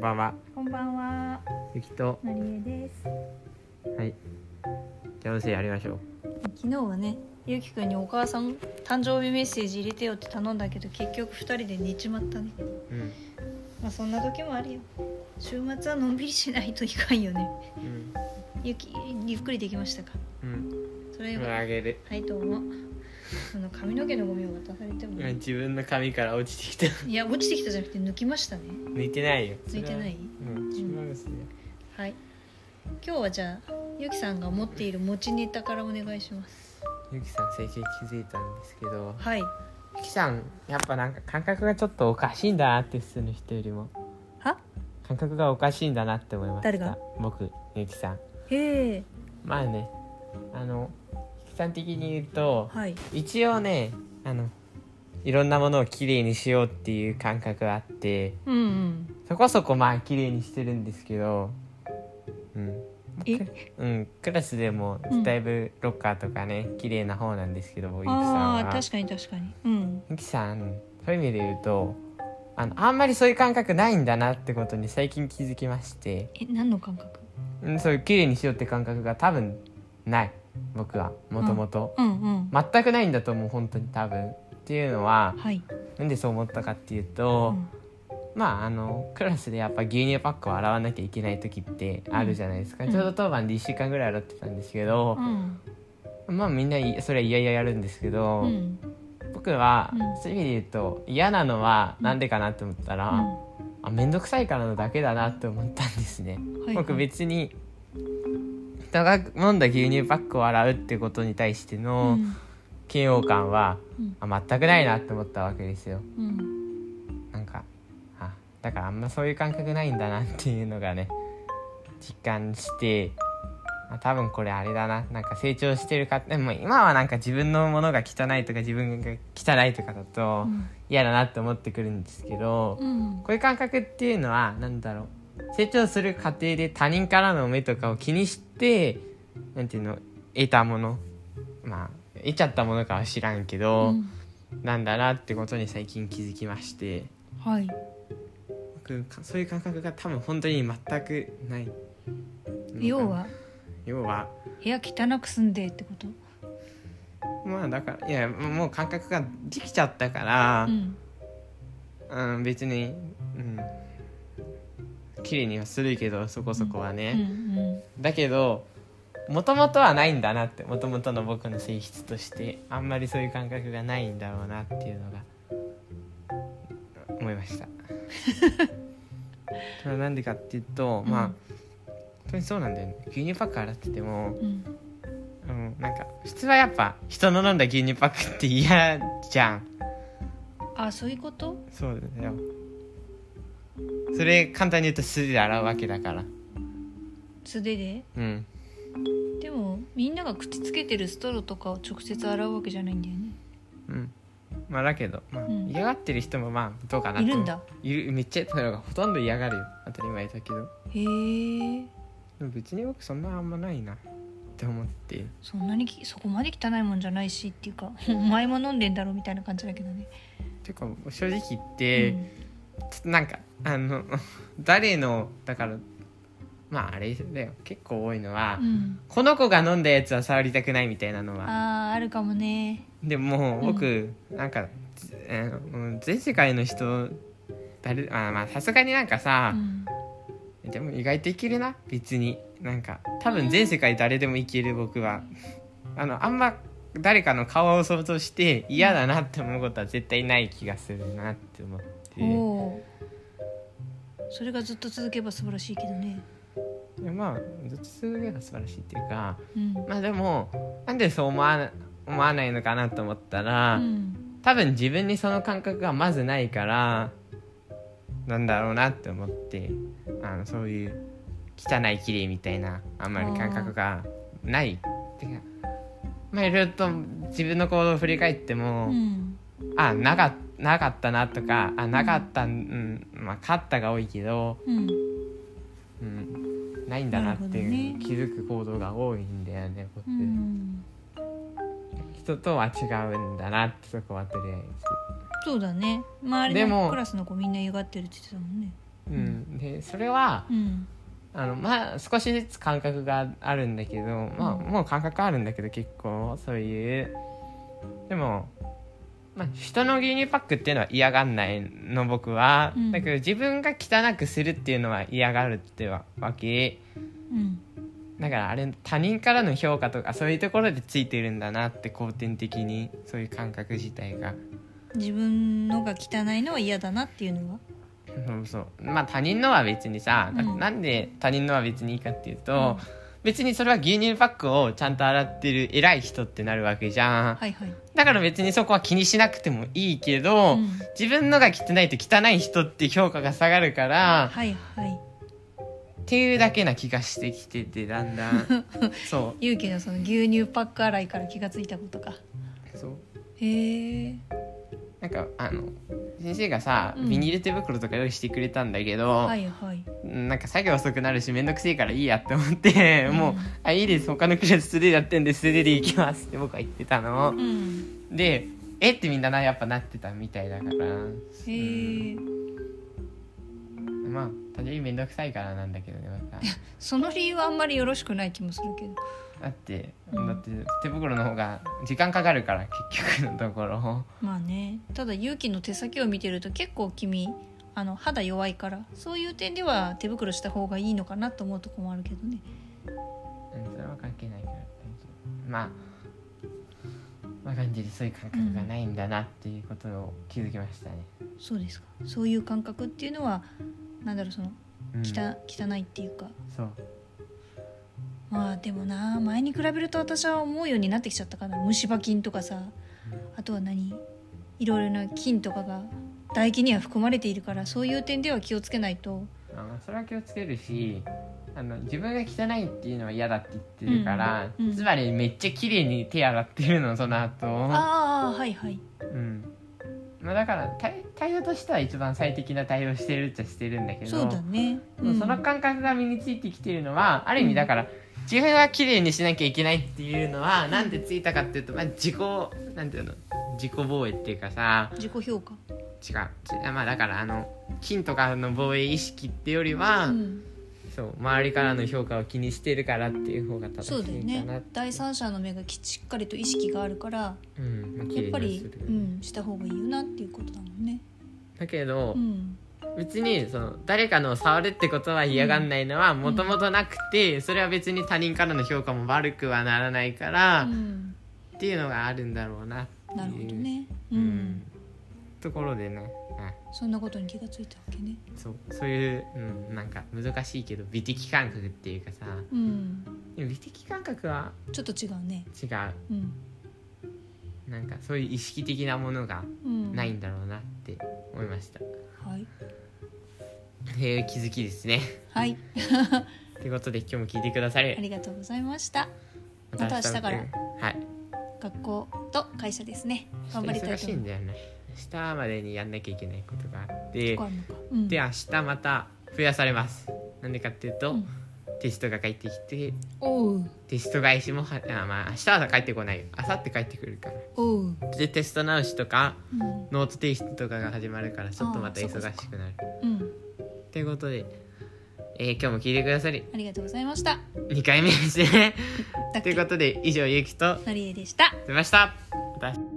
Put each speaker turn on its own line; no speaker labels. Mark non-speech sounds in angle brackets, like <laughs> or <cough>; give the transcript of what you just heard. ばんは。
こんばんは、
ゆきと、
のりえです。
はい。じゃあ、音声やりましょう。
昨日はね、ゆうきくんにお母さん誕生日メッセージ入れてよって頼んだけど、結局二人で寝ちまったね。
うん。
まあ、そんな時もあるよ。週末はのんびりしないといかんよね。
うん。
ゆき、ゆっくりできましたか。
うん。
それ
今
が、
あげる。
はい、どうも。その髪の毛のゴミを渡されても、
今自分の髪から落ちてきた。 <laughs>
いや、落ちてきたじゃなくて、抜きましたね。
抜いてないよ。
抜いてない
それはうん。しまですね。
はい。今日はじゃあ、ゆきさんが持っている持ちネタからお願いします。
ゆきさん、最近気づいたんですけど。
はい。
ゆきさん、やっぱなんか感覚がちょっとおかしいんだなって、普通の人よりも。
は。
感覚がおかしいんだなって思いました。
誰が
僕、ゆきさん。
へえ。
まあね。あの。ゆきさん的に言うと。
はい。
一応ねあのいろんなものをきれいにしようっていう感覚があって
うんうん。
そこそこまあきれいにしてるんですけどうん、
え、
うん、クラスでも
うん
だいぶロッカーとかね綺麗な方なんですけどゆきさん
あ
は
あ確かに確かに。うん。
ゆきさんそういう意味で言うとあのあんまりそういう感覚ないんだなってことに最近気づきまして、
え、何の感覚？
うん、そういうきれいにしようって感覚が多分ない僕はもともと
うんうん。
全くないんだと思う本当に多分っていうのは
はい。
なんでそう思ったかっていう
う
と、
ん
まああのクラスでやっぱ牛乳パックを洗わなきゃいけない時ってあるじゃないですか、
うん
ちょうど当番で1週間ぐらい洗ってたんですけど、
うん
まあみんないそれは嫌々やるんですけど、
うん。
僕は、
うん
そういう意味で言うと嫌なのはなんでかなって思ったら、あ面倒くさいからのだけだなって思ったんですね。
はい
僕別に人が飲んだ牛乳パックを洗うってことに対して
う
の
ん
嫌悪感は、
うん
あ全くないなって思ったわけですよ。
うん。
なんかあだからあんまそういう感覚ないんだなっていうのがね実感してあ多分これあれだななんか成長してるかでも今はなんか自分のものが汚いとか自分が汚いとかだと
うん
嫌だなって思ってくるんですけど、
うん
こういう感覚っていうのは何だろう成長する過程で他人からの目とかを気にしてなんていうの得たものまあ得ちゃったものかは知らんけど、
うん
なんだなってことに最近気づきまして。
はい。
僕かそういう感覚が多分本当に全くない
要は
要は
部屋汚く住んでってこと。
まあだからいやもう感覚ができちゃったから
う、ん
うん別にうん綺麗にはするけどそこそこは
う
ね、
ん
だけどもともとはないんだなってもともとの僕の性質としてあんまりそういう感覚がないんだろうなっていうのが思いま <laughs> したそれはなんでかっていうと、まあ
うん
本当にそうなんだよね牛乳パック洗ってても
うん
う
うん。
ん、なんか普通はやっぱ人の飲んだ牛乳パックって嫌じゃん
あ、そういうこと？
そうだよそれ簡単に言うと素手で洗うわけだから
素手で？
うん
でもみんなが口つけてるストローとかを直接洗うわけじゃないんだよね。
うんまあだけど、まあ
うん
嫌がってる人もまあどうかなと
いるんだ
いるめっちゃそれがほとんど嫌がるよ当たり前だけど
へえ。
でも別に僕そんなあんまないなって思って
そんなにきそこまで汚いもんじゃないしっていうか <laughs> お前も飲んでんだろみたいな感じだけどね。
てか正直言って、ちょっとなんかあの <laughs> 誰のだからまああれだよ結構多いのは、
うんうん、
この子が飲んだやつは触りたくないみたいなのは
あーあるかもね。
でも
うん
僕、なんか、えーうん全世界の人誰あまあさすがになんかさ
う、ん
でも意外といけるな別になんか多分全世界誰でもいける僕はあのあんま誰かの顔を想像して嫌だなって思うことは絶対ない気がするなって思って。
おお。それがずっと続けば素晴らしいけどね。
いやまあずっと続けば素晴らしいっていうか
うん。
まあでもなんでそう思わな思わないのかなと思ったら、
うん
多分自分にその感覚がまずないからなんだろうなって思ってあのそういう汚い綺麗みたいなあんまり感覚がないってかまあいろいろと自分の行動を振り返って
う
も、
ん
あなかなかったなとかあなかった、うんまあ勝ったが多いけど、
うん
うん、ないんだなっていう、
なるほどね
気づく行動が多いんだよね僕って、
うん
人とは違うんだなってそこはとりあえず
そうだね周り
でも
のクラスの子みんな湯がってるって言ってたもんね
うん、でそれは
うん
あのまあ少しずつ感覚があるんだけど、まあ、
うん
もう感覚あるんだけど結構そういうでも、まあ、人の牛乳パックっていうのは嫌がんないの僕は、
うん
だけど自分が汚くするっていうのは嫌がるってわけ
うん
だからあれ他人からの評価とかそういうところでついてるんだなって後天的にそういう感覚自体が。
自分のが汚いのは嫌だなっていうのは
そうそうまあ他人のは別にさ、な
うん
なんで他人のは別にいいかっていうと、別にそれは牛乳パックをちゃんと洗ってる偉い人ってなるわけじゃん、
はいはい、
だから別にそこは気にしなくてもいいけど、
うん
自分のが汚いと汚い人って評価が下がるから、
はいはい
っていうだけな気がしてきててだんだ
<laughs>
んそ
ゆうきのその牛乳パック洗いから気がついたことか
うそう
へえ
なんかあの先生がさ、
うん
ビニール手袋とか用意してくれたんだけど、
はいはい
なんか作業遅くなるし面倒くせえからいいやって思って、
うん
もう「あいいです他のクラス素手でやってんで素手で行きます」って僕は言ってたの
うん
で「えっ?」てみんななやっぱなってたみたいだから
へえ
うんまあ単純に面倒くさいからなんだけどね僕は
その理由はあんまりよろしくない気もするけど
だって
うん
だって手袋の方が時間かかるから結局のところ
まあねただ勇気の手先を見てると結構君あの肌弱いからそういう点では手袋した方がいいのかなと思うとこもあるけどね
うんそれは関係ないから大丈夫まあまあ感じでそういう感覚がないんだなっていうことを気づきましたね、
そうですかそういう感覚っていうのはなんだろうその
うん、
きた汚いっていうか
そう
まあでもな前に比べると私は思うようになってきちゃったかな虫歯菌とかさあとは何いろいろな菌とかが唾液には含まれているからそういう点では気をつけないと
あそれは気をつけるしあの自分が汚いっていうのは嫌だって言ってるから、
うんうん
つまりめっちゃ綺麗に手洗ってるのその後、
ああはいはい
うんまあ、だから対対応としては一番最適な対応してるっちゃしてるんだけど
そうだね、
でもその感覚が身についてきてるのはある意味だから、自分は綺麗にしなきゃいけないっていうのはなんでついたかっていうと、まあ、自己なんていうの自己防衛っていうかさ
自己評価
違うちまあだからあの金とかの防衛意識ってよりは、
うん
そう周りからの評価を気にしてるからっていう方が正しい
そうだよ
かな
ね第三者の目がきしっかりと意識があるから
うんまあ綺
やっ
麗
ぱ
に
り
する、
うん、した方がいいよなっていうことだもんね、
だけど、
うん、
別にその誰かのを触るってことは嫌がんないのはもともとなくて、それは別に他人からの評価も悪くはならないから、
うん
っていうのがあるんだろうなっていう
なるほどね、う
うんん、ところでねあ
そんなことに気がついたわけね、
そうそういう、うん、なんか難しいけど美的感覚っていうかさ
うん、
でも美的感覚は
ちょっと違うね、
違う
うん
なんかそういう意識的なものが
うん、
ないんだろうなって思いました。
はい、
へえ気づきですね。
はい、
ということで今日も聞いてくださ
あ
り
りがとうございましたまた明日から
はい
学校と会社ですね頑張りたい
明日忙
と
しい
思
ん
う
だよね明日までにやんなきゃいけないことがあって
そこあるのか、うん、
で明日また増やされますなんでかっていうと、
うん
テストが返ってきて
おう
テスト返しもはあまあ明日は帰ってこないよ明後日帰ってくるか
おう、
らでテスト直しとか
うん
ノート提出とかが始まるからちょっとまた
あー
忙
そっかそっか
しくなる
うん、
ということで、えー今日も聞いてくださり
ありがとうございました
2回目ですね
だっ
とい
け
うことで以上ゆうきと
のりえでした
出ましたまた